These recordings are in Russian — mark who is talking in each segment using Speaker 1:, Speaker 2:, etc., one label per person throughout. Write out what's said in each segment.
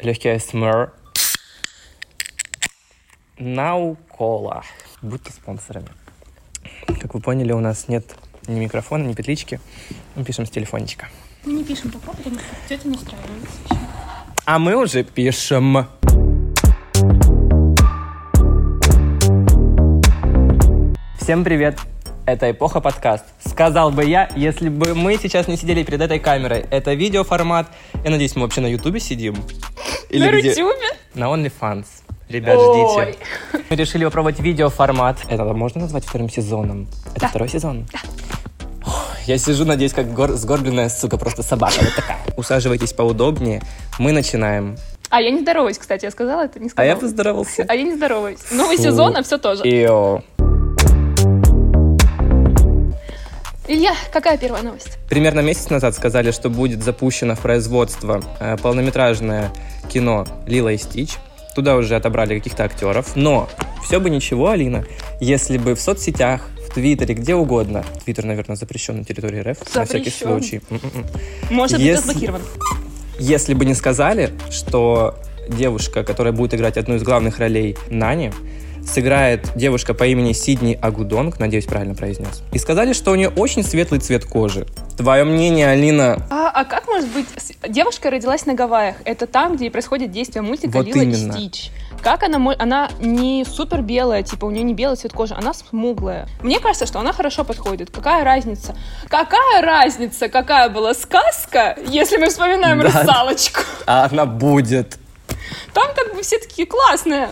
Speaker 1: легкий ASMR. Наукола. Будьте спонсорами. Как вы поняли, у нас нет ни микрофона, ни петлички. Мы пишем с телефончика.
Speaker 2: Мы не пишем пока, потому что тетя настраивается еще.
Speaker 1: А мы уже пишем. Всем привет! Это «Эпоха подкаст». Сказал бы я, если бы мы сейчас не сидели перед этой камерой. Это видеоформат. Я надеюсь, мы вообще на Ютубе сидим. Или
Speaker 2: На
Speaker 1: где?
Speaker 2: Рутюбе?
Speaker 1: На OnlyFans. Ребят,
Speaker 2: Ой.
Speaker 1: ждите. Мы решили попробовать видеоформат. Это можно назвать вторым сезоном? Это
Speaker 2: Да.
Speaker 1: второй сезон? Ох, Я сижу, надеюсь, как гор- сгорбленная, сука, просто собака. Вот такая. Усаживайтесь поудобнее. Мы начинаем.
Speaker 2: А я не здороваюсь, кстати, я сказала это, не
Speaker 1: А
Speaker 2: сказала.
Speaker 1: я поздоровался.
Speaker 2: А я не здороваюсь. Новый
Speaker 1: Фу.
Speaker 2: сезон, а все тоже.
Speaker 1: Ио.
Speaker 2: Илья, какая первая новость?
Speaker 1: Примерно месяц назад сказали, что будет запущено в производство э, полнометражное кино «Лила и Стич». Туда уже отобрали каких-то актеров. Но все бы ничего, Алина, если бы в соцсетях, в Твиттере, где угодно. Твиттер, наверное, запрещен на территории РФ, на всякий
Speaker 2: Запрещен.
Speaker 1: случай. М-м-м.
Speaker 2: Может быть,
Speaker 1: Если-
Speaker 2: разблокирован.
Speaker 1: Если бы не сказали, что девушка, которая будет играть одну из главных ролей Нани, сыграет девушка по имени Сидни Агудонг, надеюсь, правильно произнес, и сказали, что у нее очень светлый цвет кожи. Твое мнение, Алина,
Speaker 2: А, а как может быть? с- Девушка родилась на Гавайях. Это там, где и происходит действие мультика
Speaker 1: Вот
Speaker 2: «Лила
Speaker 1: именно.
Speaker 2: и Стич». Как она... мо- Она не супер белая, типа у нее не белый цвет кожи, она смуглая. Мне кажется, что она хорошо подходит. Какая разница? Какая разница, какая была сказка, если мы вспоминаем
Speaker 1: Да.
Speaker 2: «Русалочку»?
Speaker 1: А она будет.
Speaker 2: Там как бы все такие классные.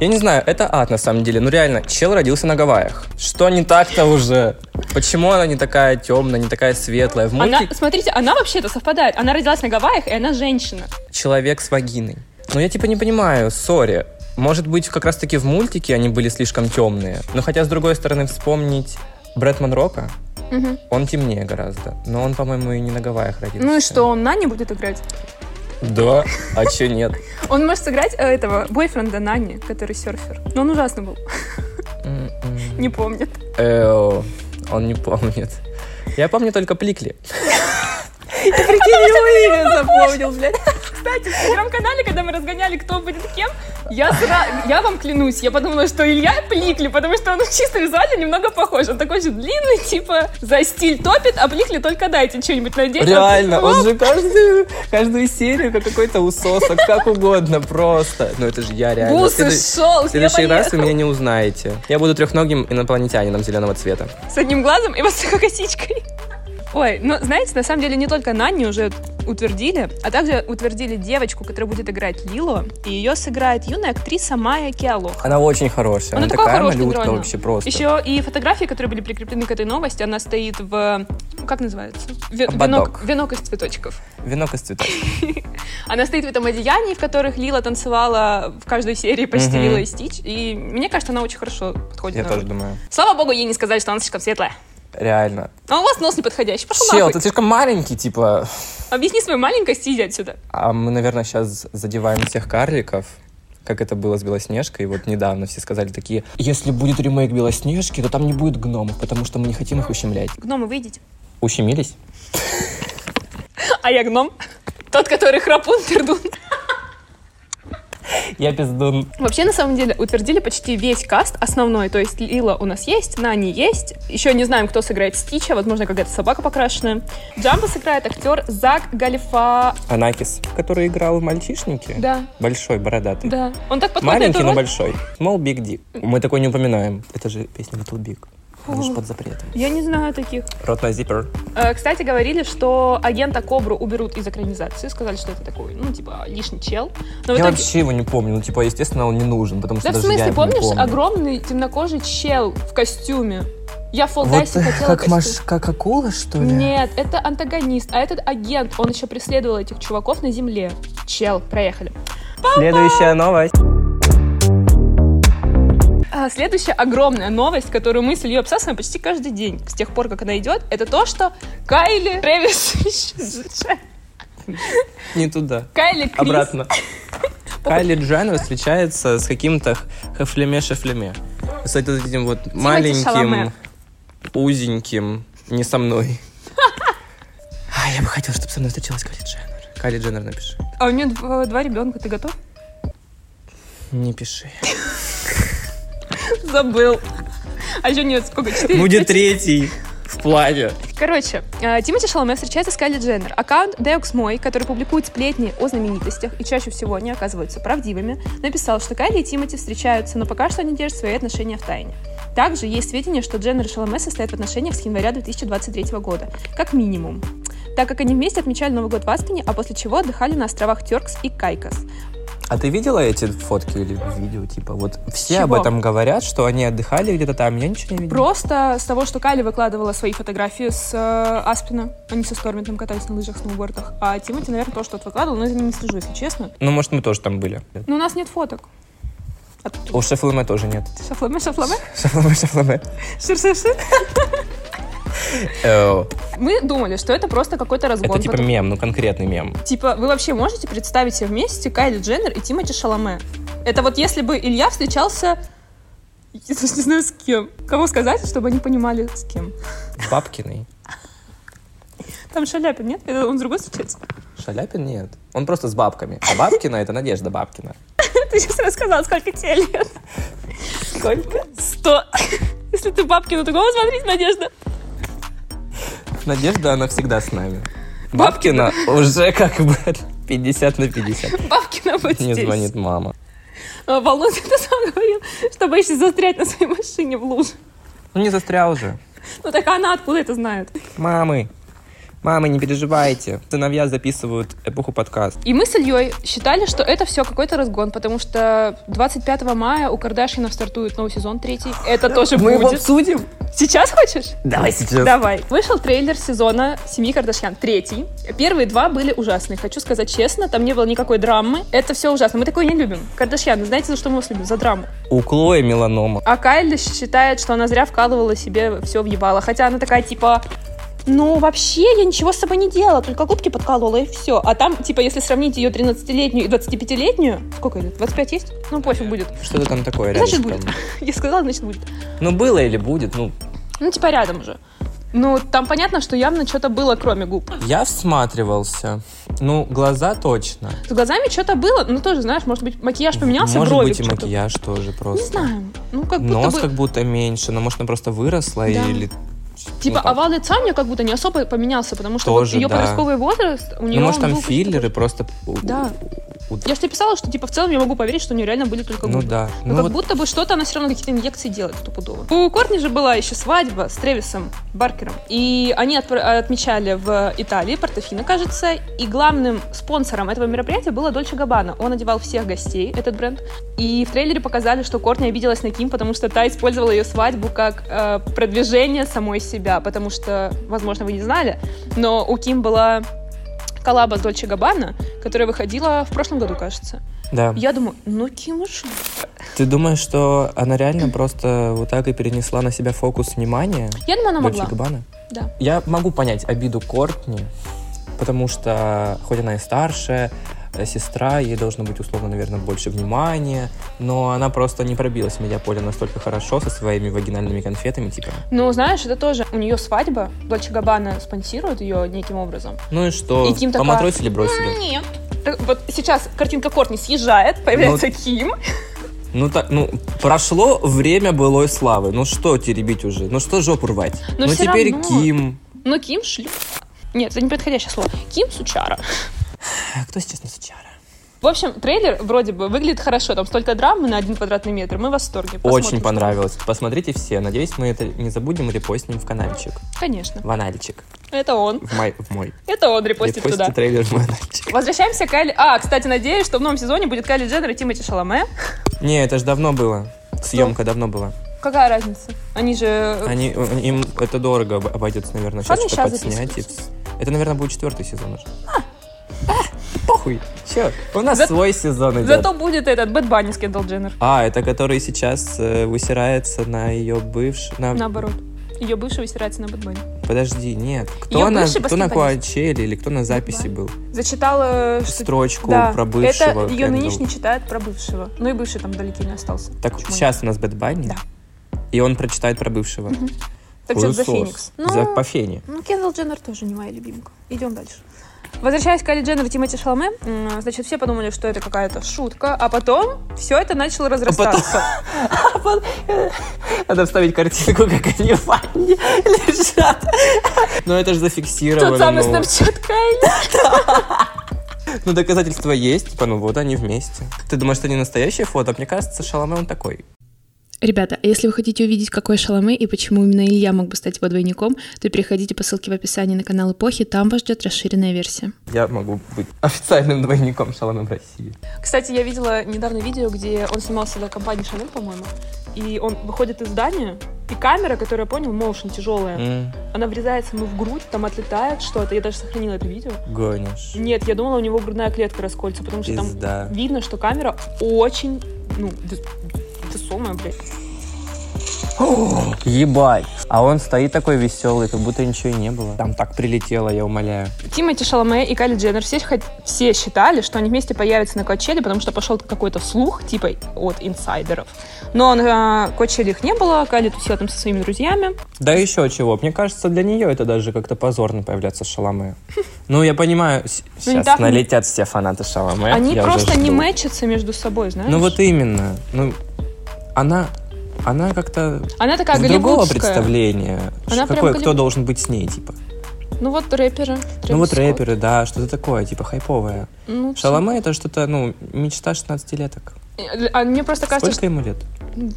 Speaker 1: Я не знаю, это ад на самом деле. Ну реально, чел родился на Гавайях. Что не так-то уже? Почему она не такая темная, не такая светлая? В мультике
Speaker 2: Она, смотрите, она вообще-то совпадает. Она родилась на Гавайях, и она женщина.
Speaker 1: человек с вагиной. Ну я типа не понимаю, сори. Может быть, как раз-таки в мультике они были слишком темные. Но хотя, с другой стороны, вспомнить Брэдман Рока, он темнее гораздо. Но он, по-моему, и не на Гавайях родился.
Speaker 2: Ну и что, он Нани будет играть?
Speaker 1: Да, а че нет?
Speaker 2: Он может сыграть э, этого бойфренда Нани, который серфер. Но он ужасно был,
Speaker 1: М-м.
Speaker 2: не помнит.
Speaker 1: Эо, он не помнит. Я помню только Пликли.
Speaker 2: Прикинь, его имя запомнил, блядь. Кстати, в телеграм-канале, когда мы разгоняли, кто будет кем, я, сра- я вам клянусь, я подумала, что Илья Пликли, потому что он чисто визуально немного похож. Он такой же длинный, типа, за стиль топит, а Пликли только дайте что-нибудь надеть.
Speaker 1: Реально,
Speaker 2: Вот.
Speaker 1: он же каждую, каждую серию как какой-то усосок, как угодно просто. Ну это же я реально. В
Speaker 2: Бусы,
Speaker 1: следующий-
Speaker 2: шел,
Speaker 1: в следующий раз вы меня не узнаете. Я буду трехногим инопланетянином зеленого цвета.
Speaker 2: С одним глазом и высокой косичкой. Ой, ну, знаете, на самом деле не только Нанни уже утвердили, а также утвердили девочку, которая будет играть Лилу, и ее сыграет юная актриса Майя Киалох.
Speaker 1: Она очень хорошая.
Speaker 2: Она
Speaker 1: Она,
Speaker 2: такая
Speaker 1: такая
Speaker 2: хорошая,
Speaker 1: малютка
Speaker 2: реально.
Speaker 1: вообще просто.
Speaker 2: Еще и фотографии, которые были прикреплены к этой новости, она стоит в... ну, Как называется? Ве-
Speaker 1: Ободок.
Speaker 2: Венок, венок из цветочков.
Speaker 1: Венок из цветов.
Speaker 2: Она стоит в этом одеянии, в которых Лила танцевала в каждой серии почти
Speaker 1: Мгм.
Speaker 2: Лила и Стич. И мне кажется, она очень хорошо подходит.
Speaker 1: Я
Speaker 2: на
Speaker 1: тоже
Speaker 2: роль.
Speaker 1: думаю.
Speaker 2: Слава богу, ей не сказали, что она слишком светлая.
Speaker 1: Реально.
Speaker 2: А у вас нос неподходящий. Пошел
Speaker 1: Чел,
Speaker 2: нахуй.
Speaker 1: ты слишком маленький, типа.
Speaker 2: Объясни свою маленькость и иди отсюда.
Speaker 1: А мы, наверное, сейчас задеваем всех карликов, как это было с Белоснежкой. Вот недавно все сказали такие, если будет ремейк Белоснежки, то там не будет гномов, потому что мы не хотим их ущемлять.
Speaker 2: Гномы, выйдите.
Speaker 1: Ущемились?
Speaker 2: А я гном. Тот, который храпун, пердун.
Speaker 1: Я пиздун.
Speaker 2: Вообще, на самом деле, утвердили почти весь каст основной. То есть Лила у нас есть, Нани есть. Еще не знаем, кто сыграет Стича. Возможно, какая-то собака покрашенная. Джамбо сыграет актер Зак Галифа.
Speaker 1: Анакис, который играл в «Мальчишнике».
Speaker 2: Да,
Speaker 1: Большой, бородатый.
Speaker 2: да. Он так подходит на эту
Speaker 1: Маленький, но
Speaker 2: роль.
Speaker 1: большой. Small Big D. Мы такой не упоминаем. Это же песня Little Big. Она же
Speaker 2: Фу.
Speaker 1: под запретом.
Speaker 2: Я не знаю таких.
Speaker 1: Рот на зиппер.
Speaker 2: Э, Кстати, говорили, что агента Кобру уберут из экранизации. Сказали, что это такой, ну, типа, лишний чел. Но в
Speaker 1: Я
Speaker 2: итоге-
Speaker 1: вообще его не помню. Ну, типа, естественно, он не нужен, потому что
Speaker 2: Да в
Speaker 1: даже я
Speaker 2: смысле,
Speaker 1: его не
Speaker 2: помнишь,
Speaker 1: помню.
Speaker 2: огромный темнокожий чел в костюме? Я в Fall
Speaker 1: Вот
Speaker 2: Guys'е
Speaker 1: э,
Speaker 2: хотела
Speaker 1: как,
Speaker 2: костюм.
Speaker 1: Маш, как акула, что ли?
Speaker 2: Нет, это антагонист, а этот агент, он еще преследовал этих чуваков на земле. Чел, проехали.
Speaker 1: Следующая новость.
Speaker 2: А, следующая огромная новость, которую мы с Ильей обсасываем почти каждый день, с тех пор, как она идет, это то, что Кайли Трэвис исчезает.
Speaker 1: Не туда.
Speaker 2: Кайли Крис.
Speaker 1: Обратно. Кайли Дженнер встречается с каким-то хафлеме-шафлеме. С вот этим вот
Speaker 2: Шаломе.
Speaker 1: маленьким, узеньким, не со мной. А, я бы хотела, чтобы со мной встречалась Кайли Дженнер. Кайли Дженнер напиши.
Speaker 2: А у меня дв- два ребенка, ты готов?
Speaker 1: Не пиши.
Speaker 2: Забыл. А еще нет, сколько? Четыре?
Speaker 1: Будет
Speaker 2: пять?
Speaker 1: третий в плане.
Speaker 2: Короче, э, Тимати Шаломе встречается с Кайли Дженнер. Аккаунт Deux Мой, который публикует сплетни о знаменитостях и чаще всего они оказываются правдивыми, написал, что Кайли и Тимати встречаются, но пока что они держат свои отношения в тайне. Также есть сведения, что Дженнер и Шаломе состоят в отношениях с января 2023 года, как минимум. Так как они вместе отмечали Новый год в Аспене, а после чего отдыхали на островах Теркс и Кайкос.
Speaker 1: А ты видела эти фотки или видео? Типа, вот все об
Speaker 2: Чего?
Speaker 1: этом говорят, что они отдыхали где-то там, я ничего не видел.
Speaker 2: Просто с того, что Кайли выкладывала свои фотографии с э, Аспина, они со Стормитом катались на лыжах, сноубордах, а Тимати, наверное, то, что вот выкладывал, но я за ним не слежу, если честно.
Speaker 1: Ну, может, мы тоже там были.
Speaker 2: Ну, у нас нет фоток. Оттуда.
Speaker 1: У Шефломе тоже нет.
Speaker 2: Шафламе, шафламе,
Speaker 1: Шефломе, Шефломе.
Speaker 2: шир, шир, шир.
Speaker 1: Э,
Speaker 2: Мы думали, что это просто какой-то разгон.
Speaker 1: Это типа
Speaker 2: потом-
Speaker 1: мем, ну, конкретный мем.
Speaker 2: Типа, вы вообще можете представить себе вместе Кайли Дженнер и Тимати Шаломе? Это вот если бы Илья встречался... Я даже не знаю, с кем. Кого сказать, чтобы они понимали, с кем.
Speaker 1: Бабкиный.
Speaker 2: Там Шаляпин, нет? Это он с другой встречается?
Speaker 1: Шаляпин нет. Он просто с бабками. А Бабкина — это Надежда Бабкина.
Speaker 2: Ты сейчас рассказала, сколько тебе лет.
Speaker 1: Сколько?
Speaker 2: Сто. Если ты бабки на другого смотришь, Надежда.
Speaker 1: Надежда, она всегда с нами. Бабкина уже как бы 50 на 50.
Speaker 2: Бабки на вот
Speaker 1: Мне
Speaker 2: здесь.
Speaker 1: звонит мама.
Speaker 2: А, Володя, ты сам говорил, что боишься застрять на своей машине в луже.
Speaker 1: Ну, не застрял же.
Speaker 2: Ну так она откуда это знает?
Speaker 1: Мамы, мамы, не переживайте. Сыновья записывают эпоху подкаст.
Speaker 2: И мы с Ильей считали, что это все какой-то разгон, потому что 25 мая у Кардашинов стартует новый сезон третий. Это тоже будет.
Speaker 1: обсудим?
Speaker 2: Сейчас хочешь?
Speaker 1: Давай сейчас.
Speaker 2: Давай. Вышел трейлер сезона «Семьи Кардашьян», третий. Первые два были ужасные, хочу сказать честно, там не было никакой драмы. Это все ужасно, мы такое не любим. Кардашьяны, знаете, за что мы вас любим? За драму.
Speaker 1: У Клои меланома.
Speaker 2: А Кайли считает, что она зря вкалывала себе все въебала. Хотя она такая, типа, ну, вообще, я ничего с собой не делала, только губки подколола и все. А там, типа, если сравнить ее 13-летнюю и 25-летнюю, сколько лет? 25 есть? Ну, пофиг будет.
Speaker 1: Что-то там такое
Speaker 2: Значит,
Speaker 1: рядышком.
Speaker 2: будет. Я сказала, значит, будет.
Speaker 1: Ну, было или будет, ну,
Speaker 2: Ну, типа, рядом уже. Ну, там понятно, что явно что-то было, кроме губ.
Speaker 1: я всматривался. Ну, глаза точно.
Speaker 2: С глазами что-то было, ну, тоже, знаешь, может быть, макияж поменялся,
Speaker 1: Может
Speaker 2: брови
Speaker 1: быть, и
Speaker 2: что-то.
Speaker 1: макияж тоже
Speaker 2: Не
Speaker 1: просто.
Speaker 2: знаю. Ну, как будто
Speaker 1: Нос
Speaker 2: бы...
Speaker 1: как будто меньше, но может она просто выросла
Speaker 2: Да.
Speaker 1: или...
Speaker 2: Типа,
Speaker 1: ну, там-
Speaker 2: овал лица у меня как будто не особо поменялся, потому что вот
Speaker 1: Тоже,
Speaker 2: ее
Speaker 1: да.
Speaker 2: подростковый возраст, у нее
Speaker 1: Ну, может,
Speaker 2: он
Speaker 1: там
Speaker 2: был почти
Speaker 1: филлеры просто... у-
Speaker 2: Да.
Speaker 1: у- у-
Speaker 2: Я же тебе писала, что типа в целом я могу поверить, что у нее реально были только
Speaker 1: Ну
Speaker 2: губы.
Speaker 1: да.
Speaker 2: Но
Speaker 1: Ну
Speaker 2: как
Speaker 1: вот
Speaker 2: будто бы что-то она все равно какие-то инъекции делает стопудово. У Кортни же была еще свадьба с Тревисом Баркером. И они отпра- отмечали в Италии, Портофино, кажется. И главным спонсором этого мероприятия было Дольче Габана. Он одевал всех гостей, этот бренд. И в трейлере показали, что Кортни обиделась на Ким, потому что та использовала ее свадьбу как э, продвижение самой себя. Потому что, возможно, вы не знали, но у Ким была коллаба с Дольче Габана, которая выходила в прошлом году, кажется.
Speaker 1: Да.
Speaker 2: Я думаю, ну Ким и шо?
Speaker 1: Ты думаешь, что она реально просто вот так и перенесла на себя фокус внимания?
Speaker 2: Я думаю, она
Speaker 1: Дольче
Speaker 2: Ну, могла.
Speaker 1: Габбана?
Speaker 2: Да.
Speaker 1: Я могу понять обиду Кортни, потому что, хоть она и старшая, э, сестра, ей должно быть, условно, наверное, больше внимания, но она просто не пробилась в медиаполе настолько хорошо со своими вагинальными конфетами, типа.
Speaker 2: Ну, знаешь, это тоже у нее свадьба. Дольче Габана спонсирует ее неким образом.
Speaker 1: Ну и что,
Speaker 2: И Ким такая, «М-м-м».
Speaker 1: поматросили, бросили?
Speaker 2: Нет. Так вот сейчас картинка Кортни съезжает, появляется Ким.
Speaker 1: Ну так, ну, прошло время былой славы, ну что теребить уже, ну что жопу рвать?
Speaker 2: Но
Speaker 1: ну
Speaker 2: всё
Speaker 1: теперь
Speaker 2: равно.
Speaker 1: Ким.
Speaker 2: Но Ну, Ким шлю... Нет, это неподходящее слово. Ким Сучара.
Speaker 1: А кто сейчас на Сучара?
Speaker 2: В общем, трейлер вроде бы выглядит хорошо. Там столько драмы на один квадратный метр. Мы в восторге. Посмотрим,
Speaker 1: Очень
Speaker 2: что-
Speaker 1: понравилось. Посмотрите все. Надеюсь, мы это не забудем и репостим в каналчик.
Speaker 2: Конечно.
Speaker 1: В анальчик.
Speaker 2: Это он.
Speaker 1: В мой. В мой.
Speaker 2: Это он репостит
Speaker 1: Репостите
Speaker 2: туда.
Speaker 1: трейлер в анальчик.
Speaker 2: Возвращаемся к Кайли... А, кстати, надеюсь, что в новом сезоне будет Кайли Дженнер и Тимати Шаломе.
Speaker 1: Не, это же давно было. Съемка давно была.
Speaker 2: Какая разница? Они же...
Speaker 1: Они, им это дорого об- обойдется, наверное, сейчас
Speaker 2: Ладно,
Speaker 1: что-то
Speaker 2: щас
Speaker 1: подснять. и вс- Это, наверное, будет четвертый сезон уже. А, похуй. Че? У нас
Speaker 2: За-
Speaker 1: свой сезон идет.
Speaker 2: Зато будет этот Бэт Банни с Кендалл Дженнер.
Speaker 1: А, это который сейчас э, высирается на ее бывший... На...
Speaker 2: Наоборот. Ее бывший высирается на Бэт Банни.
Speaker 1: Подожди, нет. Кто
Speaker 2: Её
Speaker 1: на,
Speaker 2: бывший
Speaker 1: кто на
Speaker 2: баскетболист.
Speaker 1: Куачеле или кто на записи был?
Speaker 2: Зачитала, что...
Speaker 1: Строчку
Speaker 2: да,
Speaker 1: про бывшего.
Speaker 2: это ее
Speaker 1: Кэндалл.
Speaker 2: нынешний читает про бывшего. Ну и бывший там далеки не остался.
Speaker 1: Так
Speaker 2: Почему нет?
Speaker 1: сейчас у нас Бэт Банни?
Speaker 2: Да.
Speaker 1: И он прочитает про бывшего.
Speaker 2: Так что за
Speaker 1: Хуесос.
Speaker 2: Феникс.
Speaker 1: За
Speaker 2: Ну,
Speaker 1: по Фене.
Speaker 2: ну Кендалл Дженнер тоже не моя любимка. Идем дальше. Возвращаясь к Али Дженнер и Тимати Шалме, м, значит, все подумали, что это какая-то шутка, а потом все это
Speaker 1: А
Speaker 2: начало разрастаться.
Speaker 1: Надо вставить картинку, как они в ванне лежат. Но Ну, это же зафиксировано.
Speaker 2: Тот самый
Speaker 1: ну.
Speaker 2: снапчат Кайли.
Speaker 1: Ну, доказательства есть, типа, ну вот они вместе. Ты думаешь, это не настоящее фото? Мне кажется, Шаломе он такой.
Speaker 3: Ребята, а если вы хотите увидеть, какой Шаломе и почему именно Илья мог бы стать его двойником, то переходите по ссылке в описании на канал Эпохи, там вас ждет расширенная версия.
Speaker 1: Я могу быть официальным двойником Шаломе в России.
Speaker 2: Кстати, я видела недавно видео, где он снимался для компании Шанель, по-моему, и он выходит из здания, и камера, которую я понял, моушен тяжелая,
Speaker 1: М,
Speaker 2: она врезается ему в грудь, там отлетает что-то. Я даже сохранила это видео.
Speaker 1: Гонишь.
Speaker 2: Нет, я думала, у него грудная клетка расколется, потому что там
Speaker 1: Пизда.
Speaker 2: видно, что камера очень, ну, вес- весомая, блядь.
Speaker 1: Ебать. А он стоит такой веселый, как будто ничего и не было. Там так прилетело, я умоляю.
Speaker 2: Тимати Шаломе и Кайли Дженнер все, хот- все считали, что они вместе появятся на Кочеле, потому что пошел какой-то слух, типа, от инсайдеров. Но на Кочеле их не было, Кайли тусила там со своими друзьями.
Speaker 1: Да еще чего. Мне кажется, для нее это даже как-то позорно появляться с Шаломе. Ну, я понимаю,
Speaker 2: Ну, не
Speaker 1: сейчас
Speaker 2: так-
Speaker 1: налетят все фанаты Шаломе.
Speaker 2: они
Speaker 1: я уже
Speaker 2: просто не
Speaker 1: жду.
Speaker 2: мэчатся между собой, знаешь?
Speaker 1: Ну вот именно. Ну, она, она как-то
Speaker 2: Она такая
Speaker 1: с другого
Speaker 2: голливудская.
Speaker 1: представления. Что
Speaker 2: Она прям
Speaker 1: какое-
Speaker 2: голли-
Speaker 1: кто должен быть с ней, типа.
Speaker 2: Ну вот рэперы.
Speaker 1: ну вот
Speaker 2: Трэвис Скотт.
Speaker 1: рэперы, да, что-то такое, типа хайповое.
Speaker 2: Ну,
Speaker 1: Шаломе это что-то, ну, мечта 16-леток.
Speaker 2: э, А мне просто кажется,
Speaker 1: Сколько ему лет?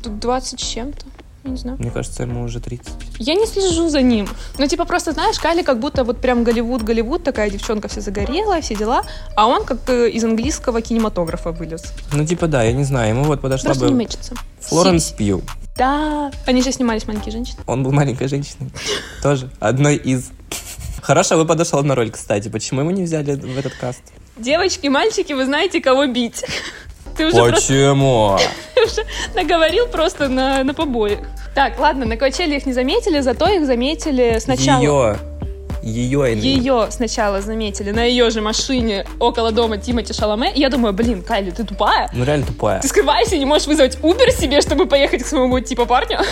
Speaker 2: что 20 с чем-то. Я не знаю.
Speaker 1: Мне кажется, ему уже 30.
Speaker 2: Я не слежу за ним. Ну, типа, просто, знаешь, Кали как будто вот прям Голливуд, Голливуд, такая девчонка вся загорелая, все дела. А он как э, из английского кинематографа вылез.
Speaker 1: Ну, типа, да, я не знаю, ему вот подошла
Speaker 2: Просто не
Speaker 1: бы
Speaker 2: мэчится.
Speaker 1: Флоренс Пью.
Speaker 2: Да. Они же снимались «Маленькие женщины».
Speaker 1: Он был маленькой женщиной. Тоже. Одной из. Хорошо, вы подошел на роль, кстати. Почему его не взяли в этот каст?
Speaker 2: Девочки, мальчики, вы знаете, кого бить. Ты Ну, уже просто
Speaker 1: Почему?
Speaker 2: наговорил просто на, на побои. Так, ладно, на Качеле их не заметили, зато их заметили сначала.
Speaker 1: Ее. Ее.
Speaker 2: Ее сначала заметили на ее же машине около дома Тимати Шаломе. И Я думаю, блин, Кайли, ты тупая.
Speaker 1: Ну, реально тупая.
Speaker 2: Ты скрываешься и не можешь вызвать Uber себе, чтобы поехать к своему типа парню?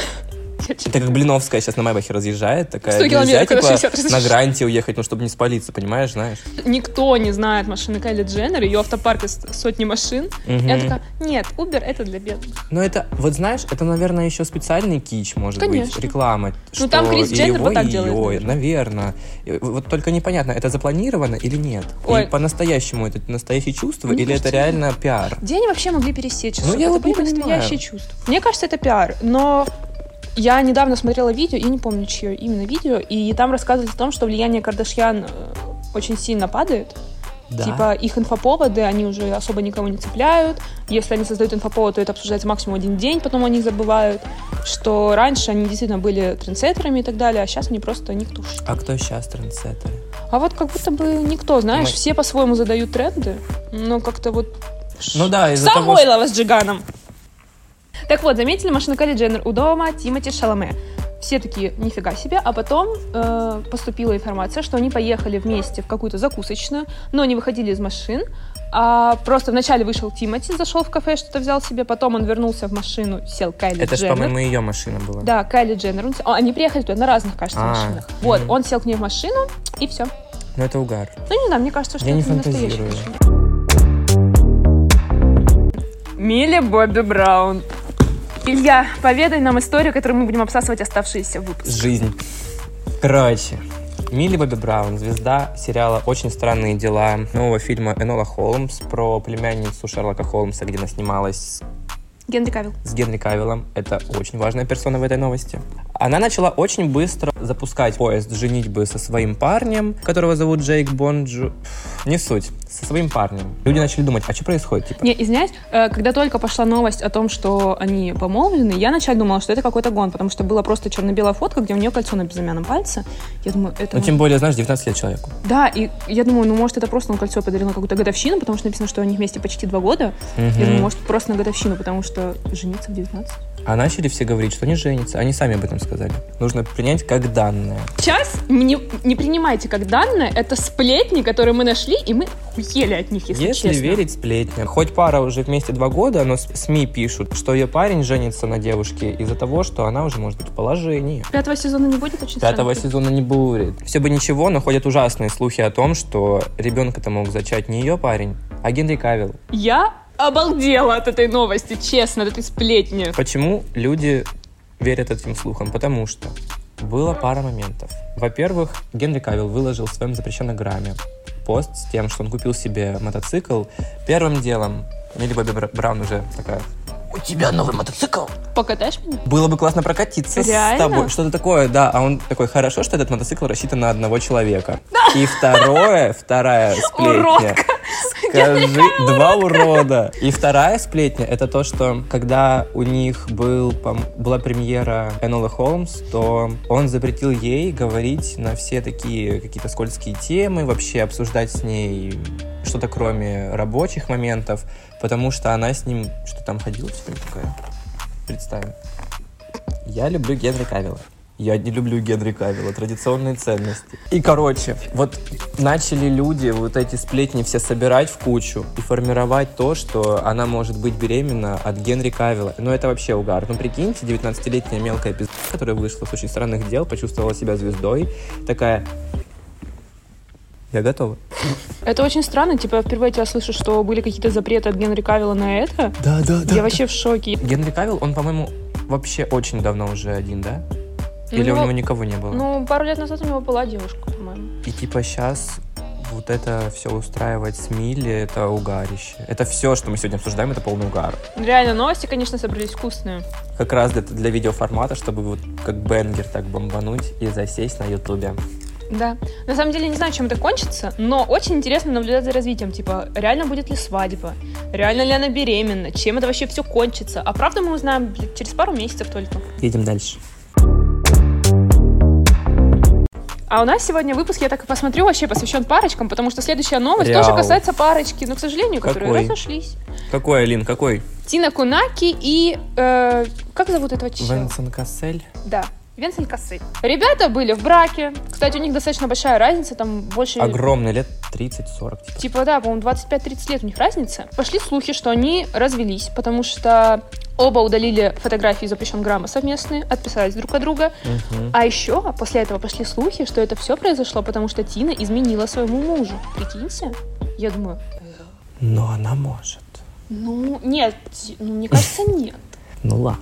Speaker 2: Я чё-
Speaker 1: Это как Блиновская сейчас на Майбахе разъезжает, такая,
Speaker 2: 100
Speaker 1: нельзя,
Speaker 2: километров, когда
Speaker 1: типа,
Speaker 2: 60 разъезжаешь.
Speaker 1: на гранте уехать, ну, чтобы не спалиться, понимаешь, знаешь?
Speaker 2: Никто не знает машины Кайли Дженнер, ее автопарк из сотни машин.
Speaker 1: Мгм.
Speaker 2: Я такая, нет, Uber это для бедных.
Speaker 1: Но это, вот знаешь, это, наверное, еще специальный кич, может
Speaker 2: Конечно. Ну,
Speaker 1: быть, реклама. что
Speaker 2: там Крис
Speaker 1: и
Speaker 2: Дженнер
Speaker 1: его,
Speaker 2: вот так
Speaker 1: и
Speaker 2: делает,
Speaker 1: ее, наверное. И Вот только непонятно, это запланировано или нет?
Speaker 2: Ой.
Speaker 1: И по-настоящему это настоящее чувство,
Speaker 2: Мне
Speaker 1: или
Speaker 2: кажется,
Speaker 1: это реально пиар?
Speaker 2: Где они вообще могли пересечься?
Speaker 1: Ну,
Speaker 2: чтобы
Speaker 1: я
Speaker 2: это
Speaker 1: вот не
Speaker 2: были
Speaker 1: понимаю.
Speaker 2: настоящие чувства. Мне кажется, это пиар, но я недавно смотрела видео, я не помню, чье именно видео, и там рассказывали о том, что влияние Кардашьян э, очень сильно падает.
Speaker 1: Да.
Speaker 2: Типа их инфоповоды, они уже особо никого не цепляют. Если они создают инфоповод, то это обсуждается максимум один день, потом они забывают, что раньше они действительно были трендсеттерами и так далее, а сейчас они просто никтушки.
Speaker 1: А кто сейчас трендсеттеры?
Speaker 2: А вот как будто бы никто, знаешь,
Speaker 1: Мы-
Speaker 2: все по-своему задают тренды, но как-то вот...
Speaker 1: Ну да, из-за того, что...
Speaker 2: Самойлова с Джиганом! Так вот, заметили машину Кали Дженнер у дома Тимати Шаломе. Все такие, нифига себе. А потом э, поступила информация, что они поехали вместе в какую-то закусочную, но не выходили из машин. А просто вначале вышел Тимати, зашел в кафе, что-то взял себе, потом он вернулся в машину, сел к Кайли
Speaker 1: Это же,
Speaker 2: Дженнер.
Speaker 1: по-моему, ее машина была.
Speaker 2: Да, Кайли Дженнер. Он с- а, Они приехали туда на разных, кажется,
Speaker 1: А,
Speaker 2: машинах. Вот,
Speaker 1: мгм.
Speaker 2: он сел к ней в машину, и все.
Speaker 1: Но это угар.
Speaker 2: Ну, не знаю, мне кажется, что
Speaker 1: Я не
Speaker 2: это настоящая
Speaker 1: фантазирую.
Speaker 2: машина. Милли Бобби Браун. Илья, поведай нам историю, которую мы будем обсасывать оставшиеся выпуски.
Speaker 1: Жизнь. Короче, Милли Бобби Браун, звезда сериала «Очень странные дела», нового фильма Энола Холмс про племянницу Шерлока Холмса, где она снималась
Speaker 2: Генри Кавилл.
Speaker 1: с Генри Кавиллом. Это очень важная персона в этой новости. Она начала очень быстро запускать поезд женитьбы со своим парнем, которого зовут Джейк Бонджу. Не суть. Со своим парнем. Люди начали думать, а что происходит? Типа,
Speaker 2: Не, извиняюсь, э, когда только пошла новость о том, что они помолвлены, я вначале думала, что это какой-то гон, потому что была просто черно-белая фотка, где у нее кольцо на безымянном пальце. Я думаю, это...
Speaker 1: ну, тем более, знаешь, 19 лет человеку.
Speaker 2: Да, и я думаю, ну, может, это просто он кольцо подарил на какую-то годовщину, потому что написано, что они вместе почти два года. Я думаю,
Speaker 1: Мгм.
Speaker 2: может, просто на годовщину, потому что жениться в 19.
Speaker 1: А начали все говорить, что они женятся. Они сами об этом сказали. Нужно принять как данное.
Speaker 2: Сейчас не, не принимайте как данное, это сплетни, которые мы нашли, и мы уели от них, если,
Speaker 1: Если
Speaker 2: честно.
Speaker 1: верить сплетням, хоть пара уже вместе два года, но с- СМИ пишут, что ее парень женится на девушке из-за того, что она уже может быть в положении.
Speaker 2: Пятого сезона не будет очень
Speaker 1: Пятого
Speaker 2: странно.
Speaker 1: сезона не будет. Все бы ничего, но ходят ужасные слухи о том, что ребенка-то мог зачать не ее парень, а Генри Кавилл.
Speaker 2: Я обалдела от этой новости, честно, от этой сплетни.
Speaker 1: Почему люди верят этим слухам? Потому что было пара моментов. Во-первых, Генри Кавилл выложил в своем запрещенном грамме пост с тем, что он купил себе мотоцикл. Первым делом, или Бобби Бра- Браун уже такая, у тебя новый мотоцикл?
Speaker 2: Покатаешь меня?
Speaker 1: Было бы классно прокатиться
Speaker 2: Реально?
Speaker 1: с тобой. Что-то такое, да. А он такой, хорошо, что этот мотоцикл рассчитан на одного человека. И второе, вторая сплетня.
Speaker 2: Уродка.
Speaker 1: Скажи, два урода. И вторая сплетня, это то, что когда у них был, пом- была премьера Энола Холмс, то он запретил ей говорить на все такие какие-то скользкие темы, вообще обсуждать с ней что-то кроме рабочих моментов, потому что она с ним что там ходила теперь такая. Представим. Я люблю Генри Кавилла. Я не люблю Генри Кавилла, традиционные ценности. И, короче, вот начали люди вот эти сплетни все собирать в кучу и формировать то, что она может быть беременна от Генри Кавилла. Ну, это вообще угар. Ну, прикиньте, 19-летняя мелкая пизда, которая вышла с очень странных дел, почувствовала себя звездой, такая... Я готова.
Speaker 2: Это очень странно, типа, впервые я тебя слышу, что были какие-то запреты от Генри Кавилла на это.
Speaker 1: Да, да,
Speaker 2: Я вообще в шоке.
Speaker 1: Генри Кавилл, он, по-моему, вообще очень давно уже один, да? Или
Speaker 2: Ну,
Speaker 1: у него никого не было?
Speaker 2: Ну, пару лет назад у него была девушка, по-моему.
Speaker 1: И типа сейчас вот это все устраивать с Милли, это угарище. Это все, что мы сегодня обсуждаем, это полный угар.
Speaker 2: Реально, новости, конечно, собрались вкусные.
Speaker 1: Как раз для, для видеоформата, чтобы вот как бенгер так бомбануть и засесть на ютубе.
Speaker 2: Да. На самом деле, не знаю, чем это кончится, но очень интересно наблюдать за развитием. Типа, реально будет ли свадьба? Реально ли она беременна? Чем это вообще все кончится? А правда мы узнаем блин, через пару месяцев только.
Speaker 1: Едем дальше.
Speaker 2: А у нас сегодня выпуск, я так и посмотрю, вообще посвящен парочкам, потому что следующая новость
Speaker 1: Реал.
Speaker 2: тоже касается парочки, но, к сожалению, которые
Speaker 1: Какой?
Speaker 2: разошлись.
Speaker 1: Какой, Алин, какой?
Speaker 2: Тина Кунаки и... э, как зовут этого чела?
Speaker 1: Венсан Кассель.
Speaker 2: Да. Венсель Кассель. Ребята были в браке. Кстати, у них достаточно большая разница, там больше...
Speaker 1: Огромный, лет 30-40. типа.
Speaker 2: Типа, да, по-моему, 25-30 лет у них разница. Пошли слухи, что они развелись, потому что оба удалили фотографии запрещен грамма совместные, отписались друг от друга.
Speaker 1: Мгм.
Speaker 2: А еще после этого пошли слухи, что это все произошло, потому что Тина изменила своему мужу. Прикиньте? Я думаю, «Э,
Speaker 1: Но она может.
Speaker 2: ну, нет, Ти- ну, мне кажется, нет.
Speaker 1: Ну ладно.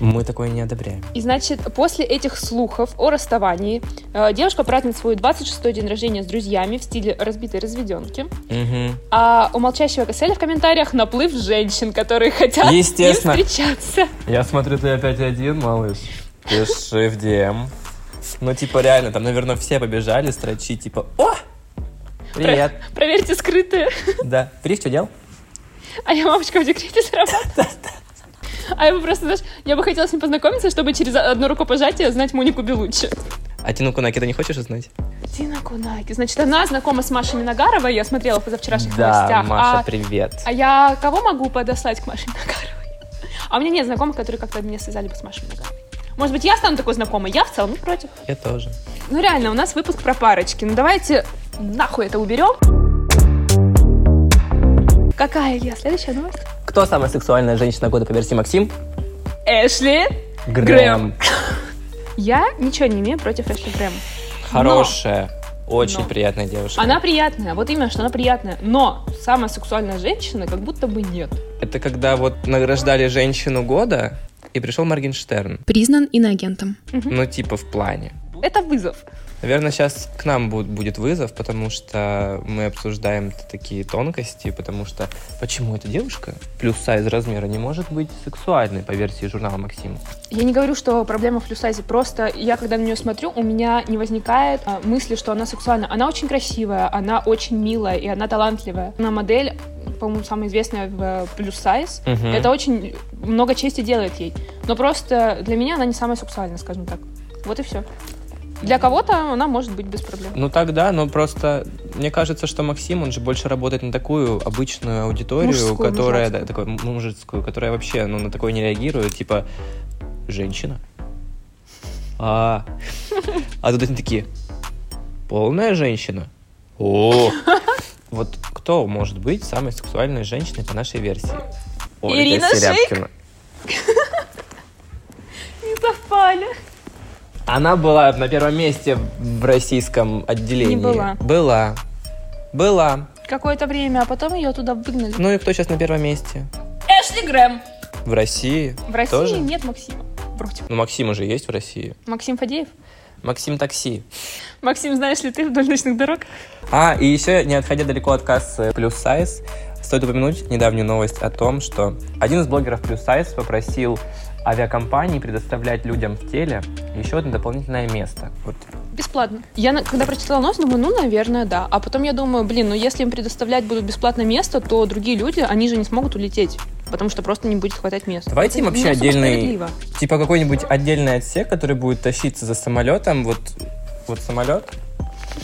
Speaker 1: Мы такое не одобряем.
Speaker 2: И, значит, после этих слухов о расставании э, девушка празднует свой 26-й день рождения с друзьями в стиле разбитой разведенки.
Speaker 1: Мгм.
Speaker 2: А у молчащего Касселя в комментариях наплыв женщин, которые хотят
Speaker 1: Естественно.
Speaker 2: с ним встречаться.
Speaker 1: Я смотрю, ты опять один, малыш. Пиши в DM. Ну, типа, реально, там, наверное, все побежали строчить, типа, о! Привет,
Speaker 2: Проверьте скрытые.
Speaker 1: да. При что дел?
Speaker 2: А я мамочка в декрете сработала. А я бы просто, знаешь, я бы хотела с ним познакомиться, чтобы через одно рукопожатие знать Монику Белуччи.
Speaker 1: А Тину Кунаки ты не хочешь узнать?
Speaker 2: Дина Кунаки. Значит, она знакома с Машей Нагаровой, я смотрела в позавчерашних
Speaker 1: Да,
Speaker 2: новостях.
Speaker 1: Маша,
Speaker 2: а,
Speaker 1: привет.
Speaker 2: а я кого могу подослать к Маше Нагаровой? А у меня нет знакомых, которые как-то меня связали бы с Машей Нагаровой. Может быть, я стану такой знакомой? Я в целом не против.
Speaker 1: Я тоже.
Speaker 2: Ну реально, у нас выпуск про парочки. Ну давайте нахуй это уберем. Какая, Илья, следующая новость?
Speaker 1: Кто самая сексуальная женщина года по версии Максим?
Speaker 2: Эшли. Грэм. Я ничего не имею против Эшли Грэм.
Speaker 1: Хорошая, очень
Speaker 2: Но.
Speaker 1: приятная девушка.
Speaker 2: Она приятная, вот именно, что она приятная. Но самая сексуальная женщина как будто бы нет.
Speaker 1: Это когда вот награждали женщину года, и пришел Моргенштерн.
Speaker 3: Признан иноагентом.
Speaker 1: Ну, типа, в плане.
Speaker 2: Это вызов.
Speaker 1: Наверное, сейчас к нам бу- будет вызов, потому что мы обсуждаем т- такие тонкости, потому что почему эта девушка плюс сайз размера не может быть сексуальной по версии журнала Максима?
Speaker 2: Я не говорю, что проблема в плюсайзе, просто я, когда на нее смотрю, у меня не возникает а, мысли, что она сексуальна. Она очень красивая, она очень милая и она талантливая. Она модель, по-моему, самая известная в плюс-сайз.
Speaker 1: Мгм.
Speaker 2: Это очень много чести делает ей. Но просто для меня она не самая сексуальная, скажем так. Вот и все. Для кого-то она может быть без проблем.
Speaker 1: Ну тогда, но просто мне кажется, что Максим, он же больше работает на такую обычную аудиторию,
Speaker 2: Мужскую,
Speaker 1: которая, да,
Speaker 2: мужатскую.
Speaker 1: такой мужицкую, которая вообще ну, на такое не реагирует, типа женщина. А, а тут они такие, полная женщина. О, вот кто может быть самой сексуальной женщиной по нашей версии? Ольга
Speaker 2: Ирина Шейк?
Speaker 1: Серябкина.
Speaker 2: Не совпали.
Speaker 1: Она была на первом месте в российском отделении.
Speaker 2: была.
Speaker 1: Была. Была.
Speaker 2: Какое-то время, а потом ее туда выгнали.
Speaker 1: Ну и кто сейчас на первом месте?
Speaker 2: Эшли Грэм.
Speaker 1: В России?
Speaker 2: В России
Speaker 1: Тоже?
Speaker 2: нет Максима. Вроде. бы.
Speaker 1: Ну, Максим уже есть в России.
Speaker 2: Максим Фадеев.
Speaker 1: Максим Такси.
Speaker 2: Максим, знаешь ли ты вдоль ночных дорог?
Speaker 1: А, и еще, не отходя далеко от кассы Плюс Сайз, стоит упомянуть недавнюю новость о том, что один из блогеров Плюс Сайз попросил авиакомпании предоставлять людям в теле еще одно дополнительное место. Вот.
Speaker 2: Бесплатно. Я на- когда прочитала новость, думаю, ну, наверное, да. А потом я думаю, блин, ну если им предоставлять будут бесплатное место, то другие люди, они же не смогут улететь. Потому что просто не будет хватать места. Ну,
Speaker 1: Давайте им
Speaker 2: Это не
Speaker 1: вообще
Speaker 2: особо
Speaker 1: отдельный-
Speaker 2: справедливо.
Speaker 1: Типа какой-нибудь отдельный отсек, который будет тащиться за самолетом, вот, вот самолет,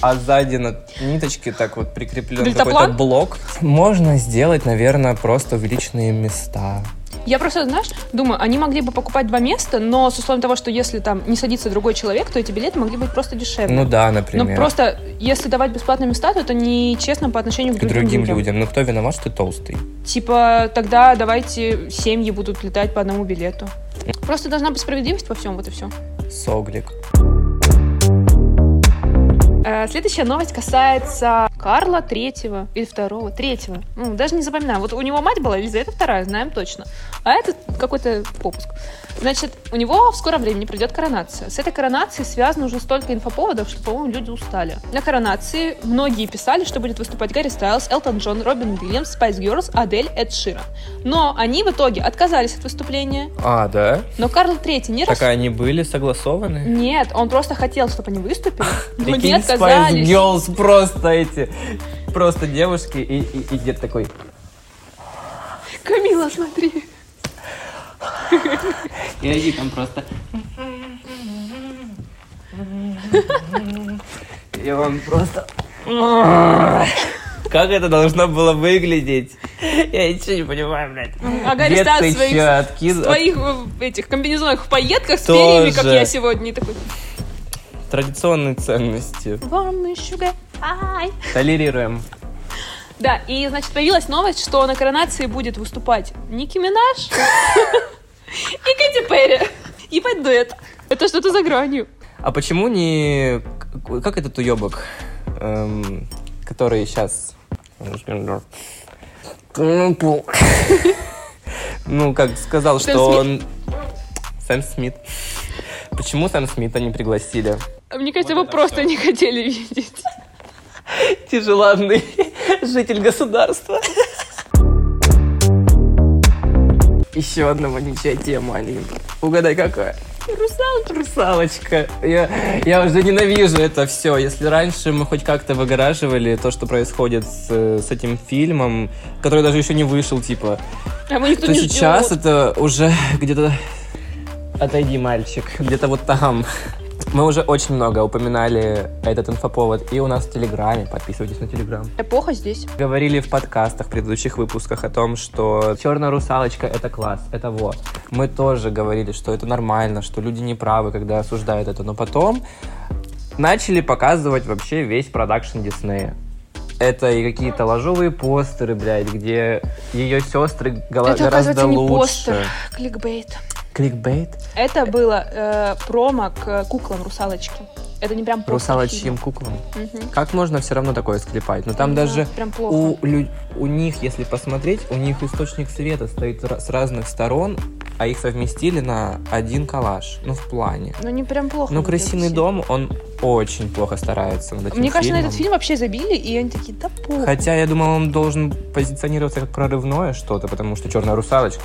Speaker 1: а сзади на ниточке так вот прикреплен
Speaker 2: Дельтаплан?
Speaker 1: какой-то блок. Можно сделать, наверное, просто увеличенные места.
Speaker 2: Я просто, знаешь, думаю, они могли бы покупать два места, но с условием того, что если там не садится другой человек, то эти билеты могли быть просто дешевле.
Speaker 1: Ну да,
Speaker 2: Но
Speaker 1: например.
Speaker 2: просто, если давать бесплатные места, то это нечестно по отношению к
Speaker 1: к
Speaker 2: другим,
Speaker 1: другим
Speaker 2: людям.
Speaker 1: людям. Ну кто виноват, что ты толстый?
Speaker 2: Типа, тогда давайте семьи будут летать по одному билету.
Speaker 1: Ну.
Speaker 2: Просто должна быть справедливость во всем, вот и все.
Speaker 1: Соглик.
Speaker 2: Э, Следующая новость касается Карла Третьего или Второго. Третьего. М, Даже не запоминаю. Вот у него мать была Елизавета Вторая, знаем точно. А это какой-то попуск. Значит, у него в скором времени придет коронация. С этой коронацией связано уже столько инфоповодов, что, по-моему, люди устали. На коронации многие писали, что будет выступать Гарри Стайлз, Элтон Джон, Робин Уильямс, Спайс Герлс, Адель, Эд Ширан. Но они в итоге отказались от выступления.
Speaker 1: А, да?
Speaker 2: Но Карл Третий не
Speaker 1: Так
Speaker 2: рас...
Speaker 1: а они были согласованы?
Speaker 2: Нет, он просто хотел, чтобы они выступили, но не
Speaker 1: Прикинь, Spice
Speaker 2: отказались.
Speaker 1: Girls просто эти, просто девушки, и, и, и дед такой,
Speaker 2: Камила, смотри.
Speaker 1: и они там просто... И он просто... Как это должно было выглядеть? Я ничего не понимаю, блядь.
Speaker 2: А Гарри
Speaker 1: Дед,
Speaker 2: Стайлз
Speaker 1: ты
Speaker 2: в своих-
Speaker 1: чё, откис-
Speaker 2: В своих э, этих комбинезонах в пайетках с
Speaker 1: Тоже.
Speaker 2: перьями, как я сегодня, и такой.
Speaker 1: Традиционные ценности.
Speaker 2: «Warm as sugar, hi».
Speaker 1: Толерируем.
Speaker 2: Да, и, значит, появилась новость, что на коронации будет выступать Ники Минаж и Кэти Перри. И Бэд дуэт. Это что-то за гранью.
Speaker 1: А почему не... к- Как этот уебок, эм, который сейчас... Ну, как сказал,
Speaker 2: Сэм
Speaker 1: что он...
Speaker 2: Смит?
Speaker 1: Сэм Смит. Почему Сэм Смита не пригласили?
Speaker 2: Мне кажется,
Speaker 1: Вот
Speaker 2: вы
Speaker 1: это
Speaker 2: просто
Speaker 1: всё.
Speaker 2: не хотели видеть.
Speaker 1: Тяжеланный житель государства. Еще одна вонючая тема, Алина. Угадай, какая?
Speaker 2: Русалки.
Speaker 1: Русалочка. Я, я уже ненавижу это все. Если раньше мы хоть как-то выгораживали то, что происходит с, э, с этим фильмом, который даже еще не вышел, типа,
Speaker 2: А мы никто
Speaker 1: то
Speaker 2: не
Speaker 1: сейчас
Speaker 2: ждёт.
Speaker 1: это уже где-то... Отойди, мальчик. Где-то вот там. Мы уже очень много упоминали этот инфоповод. И у нас в Телеграме. Подписывайтесь на Телеграм.
Speaker 2: Эпоха здесь.
Speaker 1: Говорили в подкастах, в предыдущих выпусках о том, что черная русалочка это класс, это вот. Мы тоже говорили, что это нормально, что люди не правы, когда осуждают это. Но потом начали показывать вообще весь продакшн Диснея. Это и какие-то ложовые постеры, блядь, где ее сестры гала-
Speaker 2: Это,
Speaker 1: гораздо
Speaker 2: оказывается, не
Speaker 1: лучше.
Speaker 2: постер. Кликбейт.
Speaker 1: Кликбейт
Speaker 2: Это было э, промо к куклам русалочки. Это не прям постер а
Speaker 1: русалочьим куклам.
Speaker 2: фильма. Мгм.
Speaker 1: Как можно все равно такое склепать? Но там
Speaker 2: Да,
Speaker 1: даже
Speaker 2: прям плохо.
Speaker 1: у, лю- у них, если посмотреть, у них источник света стоит ра- с разных сторон, а их совместили на один коллаж. Ну, в плане.
Speaker 2: Ну, не прям плохо.
Speaker 1: Но
Speaker 2: выглядит
Speaker 1: «Крысиный
Speaker 2: все.
Speaker 1: дом», он очень плохо старается над этим
Speaker 2: Мне кажется, на
Speaker 1: фильмом.
Speaker 2: этот фильм вообще забили, и они такие, да похуй.
Speaker 1: Хотя я думал, он должен позиционироваться как прорывное что-то, потому что черная русалочка.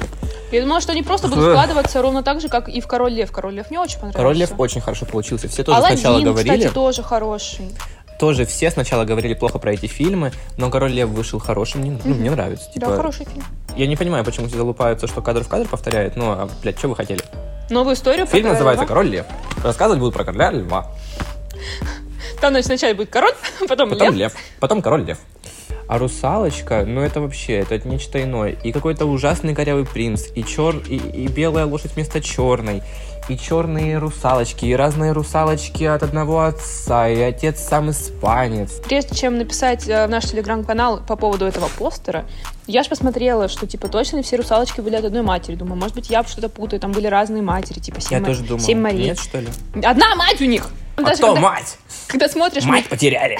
Speaker 2: Я думала, что они просто будут
Speaker 1: Эх.
Speaker 2: складываться ровно так же, как и в «Король Лев». «Король Лев» мне очень понравился.
Speaker 1: Король Лев очень хорошо получился. Все тоже
Speaker 2: «Аладдин»,
Speaker 1: сначала говорили.
Speaker 2: кстати, тоже хороший.
Speaker 1: Тоже все сначала говорили плохо про эти фильмы, но Король Лев вышел хорошим. Мне, ну,
Speaker 2: Мгм.
Speaker 1: мне нравится. Типа,
Speaker 2: Да, хороший фильм.
Speaker 1: Я не понимаю, почему все залупаются, что кадр в кадр повторяет. Ну, а, блядь, что вы хотели?
Speaker 2: Новую историю про
Speaker 1: Фильм
Speaker 2: короля
Speaker 1: называется
Speaker 2: льва.
Speaker 1: «Король лев». Рассказывать буду про короля льва.
Speaker 2: Там, значит, сначала будет король, потом,
Speaker 1: Потом
Speaker 2: лев.
Speaker 1: лев. Потом король лев. А русалочка, ну это вообще, это нечто иное. И какой-то ужасный корявый принц, и, чер... и, и белая лошадь вместо черной, и черные русалочки, и разные русалочки от одного отца, и отец сам испанец.
Speaker 2: Прежде чем написать э, в наш телеграм-канал по поводу этого постера, я же посмотрела, что, типа, точно все русалочки были от одной матери. Думаю, может быть, я что-то путаю, там были разные матери, типа, семь,
Speaker 1: Я
Speaker 2: ма-
Speaker 1: тоже думал,
Speaker 2: семь Марий.
Speaker 1: нет что ли?
Speaker 2: Одна мать у них! Ну,
Speaker 1: а
Speaker 2: даже
Speaker 1: кто
Speaker 2: когда,
Speaker 1: мать?
Speaker 2: когда смотришь,
Speaker 1: Мать потеряли.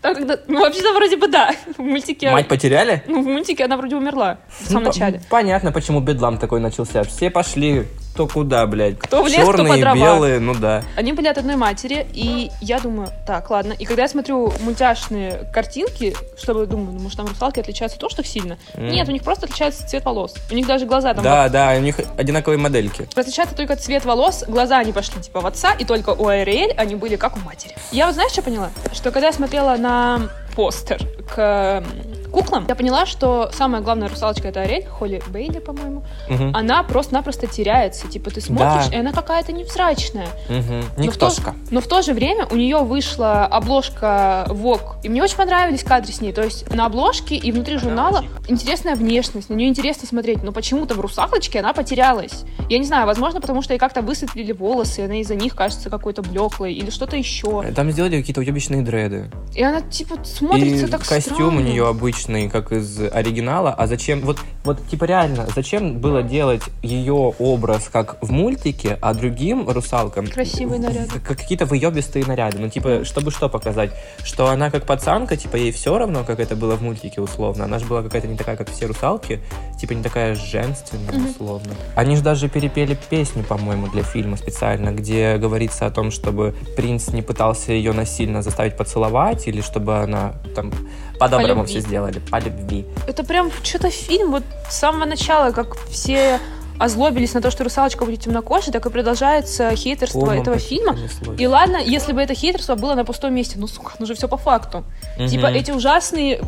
Speaker 2: там когда- ну, вообще-то вроде бы да, в мультике...
Speaker 1: Мать потеряли?
Speaker 2: Ну, в мультике она вроде умерла в самом
Speaker 1: Ну, по-
Speaker 2: начале.
Speaker 1: Понятно, почему бедлам такой начался. Все пошли кто куда, блядь.
Speaker 2: Кто в лес, кто по
Speaker 1: Черные,
Speaker 2: дрова.
Speaker 1: белые, ну да.
Speaker 2: Они были от одной матери, и я думаю, так, ладно. И когда я смотрю мультяшные картинки, чтобы думаю, ну, может, там русалки отличаются тоже так сильно?
Speaker 1: М.
Speaker 2: Нет, у них просто отличается цвет волос. У них даже глаза там
Speaker 1: Да, да, у них одинаковые модельки.
Speaker 2: Различается только цвет волос, глаза они пошли типа в отца, и только у Ариэль они были как у матери. Я вот знаешь, что поняла? Что когда я смотрела на постер к м, куклам, я поняла, что самая главная русалочка это Ариэль, Холли Бейли, по-моему.
Speaker 1: Мгм,
Speaker 2: Она просто-напросто теряется. Типа ты смотришь,
Speaker 1: Да.
Speaker 2: и она какая-то невзрачная.
Speaker 1: мгм.
Speaker 2: Но в, то,
Speaker 1: Никтошка.
Speaker 2: но в то же время у нее вышла обложка Vogue. И мне очень понравились кадры с ней. То есть на обложке и внутри журнала интересная внешность. На нее интересно смотреть. Но почему-то в русалочке она потерялась. Я не знаю, возможно, потому что ей как-то высветлили волосы, и она из-за них кажется какой-то блеклой или что-то еще.
Speaker 1: Там сделали какие-то уебищные дреды.
Speaker 2: И она типа смотрится
Speaker 1: и
Speaker 2: так
Speaker 1: костюм
Speaker 2: странно.
Speaker 1: у нее обычный, как из оригинала. А зачем? Вот, вот типа реально, зачем было делать ее образ как в мультике, а другим русалкам
Speaker 2: Красивые наряды.
Speaker 1: в- как какие-то выебистые наряды. Ну типа, чтобы что показать, что она как пацанка, типа ей все равно, как это было в мультике условно. Она же была какая-то не такая, как все русалки, типа не такая женственная
Speaker 2: Мгм.
Speaker 1: условно. Они же даже перепели песню, по-моему, для фильма специально, где говорится о том, чтобы принц не пытался ее насильно заставить поцеловать или чтобы она там по-доброму
Speaker 2: любви.
Speaker 1: все сделали, по любви.
Speaker 2: Это прям что-то фильм вот с самого начала, как все озлобились на то, что русалочка будет темнокожей, так и продолжается хейтерство
Speaker 1: Ой, мам,
Speaker 2: этого
Speaker 1: как
Speaker 2: фильма.
Speaker 1: понеслось.
Speaker 2: И ладно, если бы это хейтерство было на пустом месте, ну сука, ну же все по факту.
Speaker 1: Мгм.
Speaker 2: Типа эти ужасные,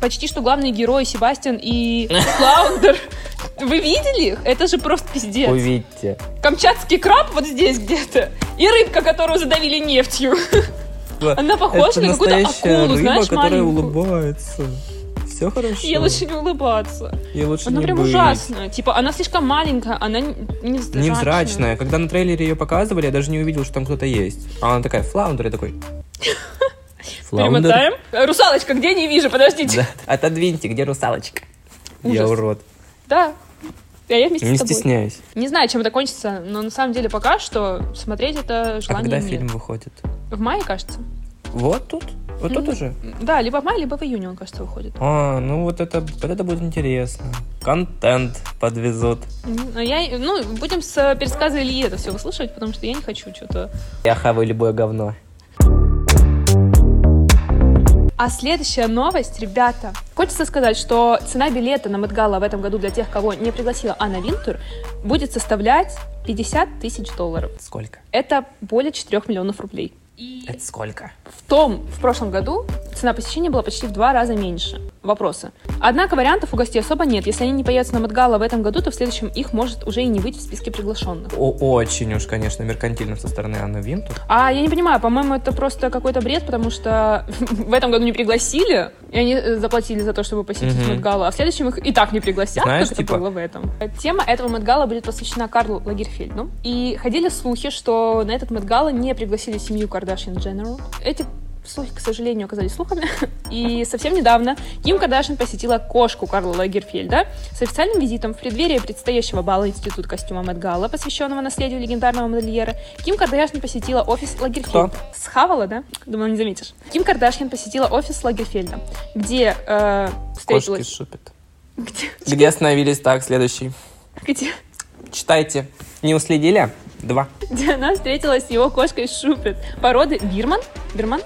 Speaker 2: почти что главные герои Себастьян и Флаундер. Вы видели их? Это же просто пиздец.
Speaker 1: Увидьте.
Speaker 2: Камчатский краб вот здесь где-то. И рыбка, которую задавили нефтью. Она
Speaker 1: это
Speaker 2: похожа на какую-то
Speaker 1: настоящая
Speaker 2: акулу,
Speaker 1: рыба,
Speaker 2: знаешь,
Speaker 1: которая
Speaker 2: маленькую.
Speaker 1: улыбается. Все хорошо.
Speaker 2: Ей лучше не улыбаться.
Speaker 1: Ей лучше
Speaker 2: Она
Speaker 1: не
Speaker 2: прям
Speaker 1: быть.
Speaker 2: ужасная. Типа, она слишком маленькая, она не- невзрачная.
Speaker 1: Невзрачная. Когда на трейлере ее показывали, я даже не увидел, что там кто-то есть. А она такая, флаундер, я такой.
Speaker 2: Перемотаем. Э, Русалочка, где не вижу? Подождите.
Speaker 1: Да. Отодвиньте, где русалочка? Я
Speaker 2: Ужас.
Speaker 1: урод.
Speaker 2: Да. А я вместе
Speaker 1: Не
Speaker 2: с тобой.
Speaker 1: стесняюсь. А
Speaker 2: Не знаю, чем это кончится, но на самом деле пока что смотреть это
Speaker 1: А
Speaker 2: желание
Speaker 1: когда
Speaker 2: нет.
Speaker 1: фильм выходит?
Speaker 2: В мае, кажется.
Speaker 1: Вот тут? Вот тут
Speaker 2: Мгм.
Speaker 1: уже?
Speaker 2: Да, либо в мае, либо в июне он, кажется, выходит.
Speaker 1: А, ну вот это, вот это будет интересно. Контент подвезут.
Speaker 2: М, а Я, ну, будем с э, пересказа Ильи это все выслушивать, потому что я не хочу что-то...
Speaker 1: Я хаваю любое говно.
Speaker 2: А следующая новость, ребята. Хочется сказать, что цена билета на Мэтгала в этом году для тех, кого не пригласила Анна Винтур, будет составлять 50 тысяч долларов.
Speaker 1: Сколько?
Speaker 2: Это более 4 миллионов рублей.
Speaker 1: Это сколько?
Speaker 2: В том, в прошлом году цена посещения была почти в два раза меньше. Вопросы. Однако вариантов у гостей особо нет. Если они не появятся на Мадгала в этом году, то в следующем их может уже и не быть в списке приглашенных.
Speaker 1: О, очень уж, конечно, меркантильно со стороны Анны Винтур.
Speaker 2: А я не понимаю, по-моему, это просто какой-то бред, потому что в этом году не пригласили, и они э, заплатили за то, чтобы посетить
Speaker 1: Мгм.
Speaker 2: Мадгала, а в следующем их и так не пригласят,
Speaker 1: Знаешь,
Speaker 2: как
Speaker 1: типа-
Speaker 2: это было в этом. Тема этого Мадгала будет посвящена Карлу Лагерфельду. И ходили слухи, что на этот Мадгала не пригласили семью Кардашьян Дженерал. Эти слухи, к сожалению, оказались слухами. И совсем недавно Ким Кардашин посетила кошку Карла Лагерфельда с официальным визитом в преддверии предстоящего бала Институт костюма Мэтт Галла, посвященного наследию легендарного модельера. Ким Кардашин посетила офис Лагерфельда.
Speaker 1: Кто?
Speaker 2: Схавала, да? Думала, не заметишь. Ким Кардашин посетила офис Лагерфельда, где э,
Speaker 1: Кошки
Speaker 2: встретилась...
Speaker 1: шупят.
Speaker 2: Где?
Speaker 1: Где остановились? Так, следующий.
Speaker 2: Где?
Speaker 1: Читайте. Не уследили? Два.
Speaker 2: где она встретилась с его кошкой Шупет. Породы Бирман? Бирман?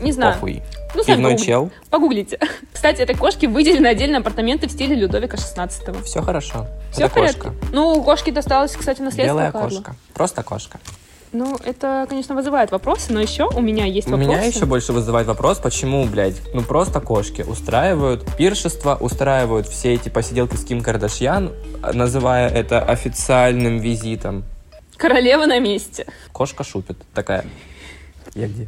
Speaker 2: Не знаю.
Speaker 1: Похуй.
Speaker 2: Ну, сами
Speaker 1: Пивной
Speaker 2: погугли-
Speaker 1: чел.
Speaker 2: погуглите. Кстати, этой кошке выделены отдельно апартаменты в стиле Людовика XVI.
Speaker 1: Все хорошо.
Speaker 2: Все
Speaker 1: это
Speaker 2: в порядке?
Speaker 1: кошка.
Speaker 2: Ну, у кошки досталось, кстати, наследство
Speaker 1: Белая
Speaker 2: Карла.
Speaker 1: кошка. Просто кошка.
Speaker 2: Ну, это, конечно, вызывает вопросы, но еще у меня есть
Speaker 1: У
Speaker 2: вопросы.
Speaker 1: меня еще больше вызывает вопрос, почему, блядь, ну просто кошки устраивают пиршество, устраивают все эти посиделки с Ким Кардашьян, называя это официальным визитом.
Speaker 2: Королева на месте.
Speaker 1: Кошка шупит такая. Я где?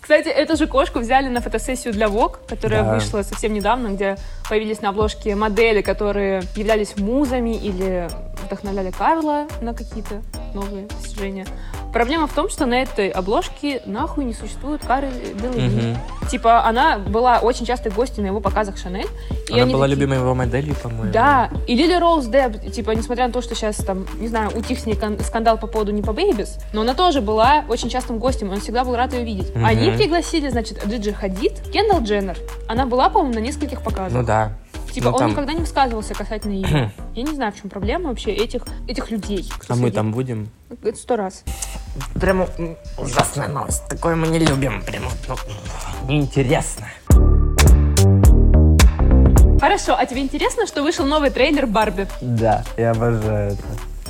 Speaker 2: Кстати, эту же кошку взяли на фотосессию для Vogue, которая
Speaker 1: Да.
Speaker 2: вышла совсем недавно, где появились на обложке модели, которые являлись музами или вдохновляли Карла на какие-то новые достижения. Проблема в том, что на этой обложке нахуй не существует Кары Делавини.
Speaker 1: Мгм.
Speaker 2: Типа, она была очень частой гостью на его показах Шанель. и
Speaker 1: Она
Speaker 2: они
Speaker 1: была
Speaker 2: такие,
Speaker 1: любимой его моделью, по-моему.
Speaker 2: Да, и Лили Роуз Депп, типа, несмотря на то, что сейчас там, не знаю, утих с ней кон- скандал по поводу не по Бейбис, но она тоже была очень частым гостем, и он всегда был рад ее видеть.
Speaker 1: Мгм.
Speaker 2: Они пригласили, значит, Джиджи Хадид, Кендалл Дженнер. Она была, по-моему, на нескольких
Speaker 1: Ну
Speaker 2: показах.
Speaker 1: да.
Speaker 2: Типа,
Speaker 1: ну
Speaker 2: он
Speaker 1: там-
Speaker 2: никогда не высказывался касательно ее. Я не знаю, в чем проблема вообще этих, этих людей. кто
Speaker 1: А мы
Speaker 2: сидит.
Speaker 1: там будем?
Speaker 2: Это сто раз.
Speaker 1: Прям м, ужасная новость. Такое мы не любим. Прям ну, неинтересно.
Speaker 2: Хорошо, а тебе интересно, что вышел новый трейлер Барби?
Speaker 1: Да, я обожаю это.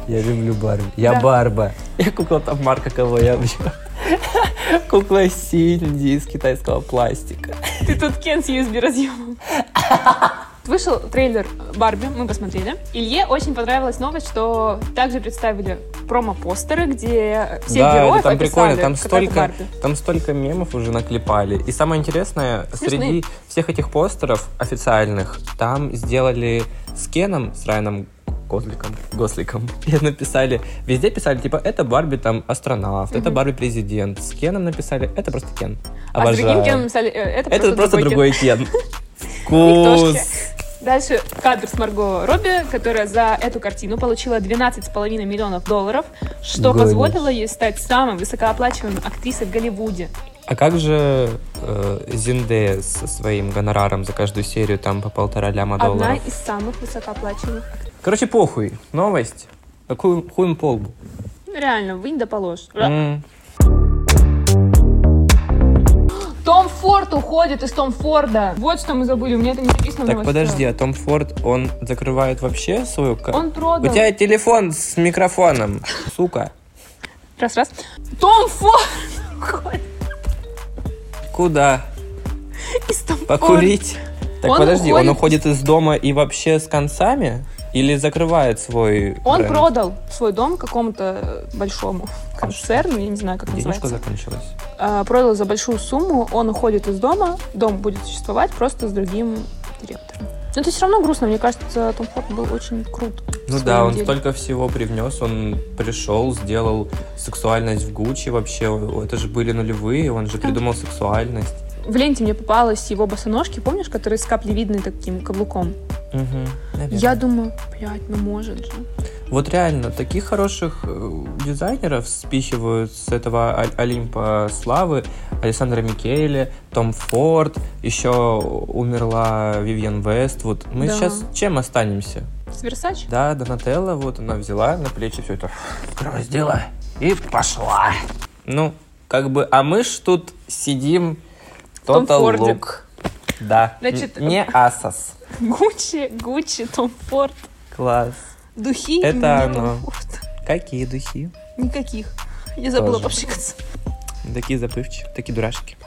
Speaker 1: Я люблю Барби. Я
Speaker 2: Да.
Speaker 1: Барба. Я кукла там марка кого я вообще. Кукла Синди из китайского пластика.
Speaker 2: Ты тут Кен с USB разъемом. Вышел трейлер Барби, мы посмотрели. Илье очень понравилась новость, что также представили промо-постеры, где все
Speaker 1: да,
Speaker 2: героев
Speaker 1: это там
Speaker 2: описали,
Speaker 1: прикольно, там
Speaker 2: как это
Speaker 1: столько,
Speaker 2: Барби.
Speaker 1: там столько мемов уже наклепали. И самое интересное,
Speaker 2: Смешные.
Speaker 1: среди всех этих постеров официальных, там сделали с Кеном, с Райаном Козликом, Госликом, и написали, везде писали, типа, это Барби там астронавт, это
Speaker 2: Мгм.
Speaker 1: Барби президент. С Кеном написали, это просто Кен.
Speaker 2: А с
Speaker 1: Обожаю.
Speaker 2: другим Кеном написали, э, это,
Speaker 1: Это просто
Speaker 2: Кен».
Speaker 1: другой Кен. Вкус.
Speaker 2: Дальше кадр с Марго Робби, которая за эту картину получила 12,5 миллионов долларов, что
Speaker 1: Голос.
Speaker 2: позволило ей стать самой высокооплачиваемой актрисой в Голливуде.
Speaker 1: А как же э, Зиндея со своим гонораром за каждую серию там по полтора ляма
Speaker 2: Одна
Speaker 1: долларов?
Speaker 2: из самых высокооплачиваемых актрис.
Speaker 1: Короче, похуй. Новость. А Какую хуем полбу.
Speaker 2: Ну, Реально, вынь да положь.
Speaker 1: М.
Speaker 2: Том Форд уходит из Том Форда. Вот что мы забыли, у меня это не записано в
Speaker 1: Так,
Speaker 2: новостях.
Speaker 1: подожди, а Том Форд, он закрывает вообще свою... ка-
Speaker 2: Он
Speaker 1: У
Speaker 2: продал.
Speaker 1: тебя телефон с микрофоном, сука.
Speaker 2: Раз, раз. Том Форд уходит
Speaker 1: Куда?
Speaker 2: из Том Форда.
Speaker 1: Покурить? Так,
Speaker 2: Он
Speaker 1: подожди, он
Speaker 2: уходит-
Speaker 1: уходит из дома и вообще с концами? Или закрывает свой
Speaker 2: Он
Speaker 1: бренд?
Speaker 2: продал свой дом какому-то э, большому концерну, я не знаю, как
Speaker 1: Денежка
Speaker 2: называется.
Speaker 1: закончилась.
Speaker 2: А, Продал за большую сумму, он уходит из дома, дом будет существовать просто с другим директором. Но это все равно грустно, мне кажется, Том Форд был очень крут. в
Speaker 1: Ну
Speaker 2: своем
Speaker 1: да, он
Speaker 2: деле.
Speaker 1: столько всего привнес, он пришел, сделал сексуальность в Гуччи вообще, о, это же были нулевые, он же придумал сексуальность.
Speaker 2: В ленте мне попалась его босоножки, помнишь, которые с каплевидной таким каблуком?
Speaker 1: Угу,
Speaker 2: Я думаю, блядь, ну может же.
Speaker 1: Вот реально, таких хороших э, дизайнеров спихивают с этого Оль- Олимпа Славы, Александра Микеле, Том Форд, еще умерла Вивьен Вест. Вот мы
Speaker 2: Да.
Speaker 1: сейчас чем останемся?
Speaker 2: С Версачи?
Speaker 1: Да, Донателла, вот она взяла на плечи все это, сделала и пошла. Ну, как бы, а мы ж тут сидим,
Speaker 2: Том
Speaker 1: Total
Speaker 2: Форде.
Speaker 1: Look. Да,
Speaker 2: Значит, э,
Speaker 1: Н- не Асос.
Speaker 2: Гуччи, Гуччи, Том Форд.
Speaker 1: Класс.
Speaker 2: Духи
Speaker 1: Это
Speaker 2: имени Тома
Speaker 1: оно.
Speaker 2: Форда.
Speaker 1: Какие духи?
Speaker 2: Никаких. Я забыла
Speaker 1: Тоже.
Speaker 2: попшикаться.
Speaker 1: Такие забывчивые, такие дурашки.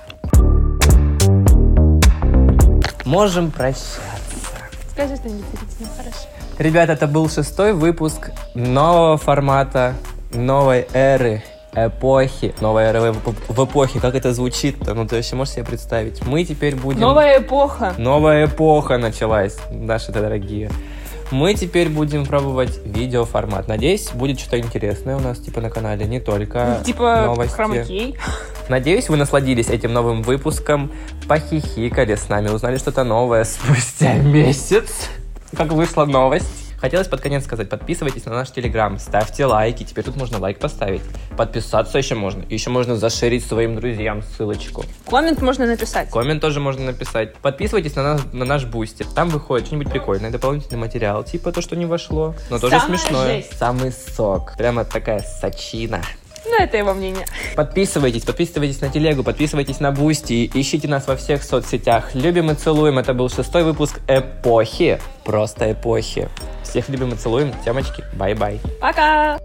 Speaker 1: Можем прощаться.
Speaker 2: Скажи что-нибудь перед хорошо.
Speaker 1: Ребят, это был шестой выпуск нового формата, новой эры, эпохи. Новой эры в, эп- в эпохе, как это звучит-то? Ну, ты вообще можешь себе представить? Мы теперь будем...
Speaker 2: Новая эпоха.
Speaker 1: Новая эпоха началась, наши дорогие. Мы теперь будем пробовать видеоформат. Надеюсь, будет что-то интересное у нас, типа, на канале, не только
Speaker 2: Типа
Speaker 1: новости.
Speaker 2: хромакей.
Speaker 1: Надеюсь, вы насладились этим новым выпуском, похихикали с нами, узнали что-то новое спустя месяц, как вышла новость. Хотелось под конец сказать, подписывайтесь на наш Телеграм, ставьте лайки, теперь тут можно лайк поставить. Подписаться еще можно, еще можно зашерить своим друзьям ссылочку.
Speaker 2: Коммент можно написать.
Speaker 1: Коммент тоже можно написать. Подписывайтесь на, нас, на наш бусти. Там выходит что-нибудь прикольное, дополнительный материал, типа то, что не вошло, но тоже
Speaker 2: Самая
Speaker 1: смешное.
Speaker 2: жесть.
Speaker 1: Самый сок. Прямо такая сочина.
Speaker 2: Ну, это его мнение.
Speaker 1: Подписывайтесь, подписывайтесь на телегу, подписывайтесь на Бусти, ищите нас во всех соцсетях. Любим и целуем. Это был шестой выпуск эпохи. Просто эпохи. Всех любим и целуем. Темочки, бай-бай.
Speaker 2: Пока!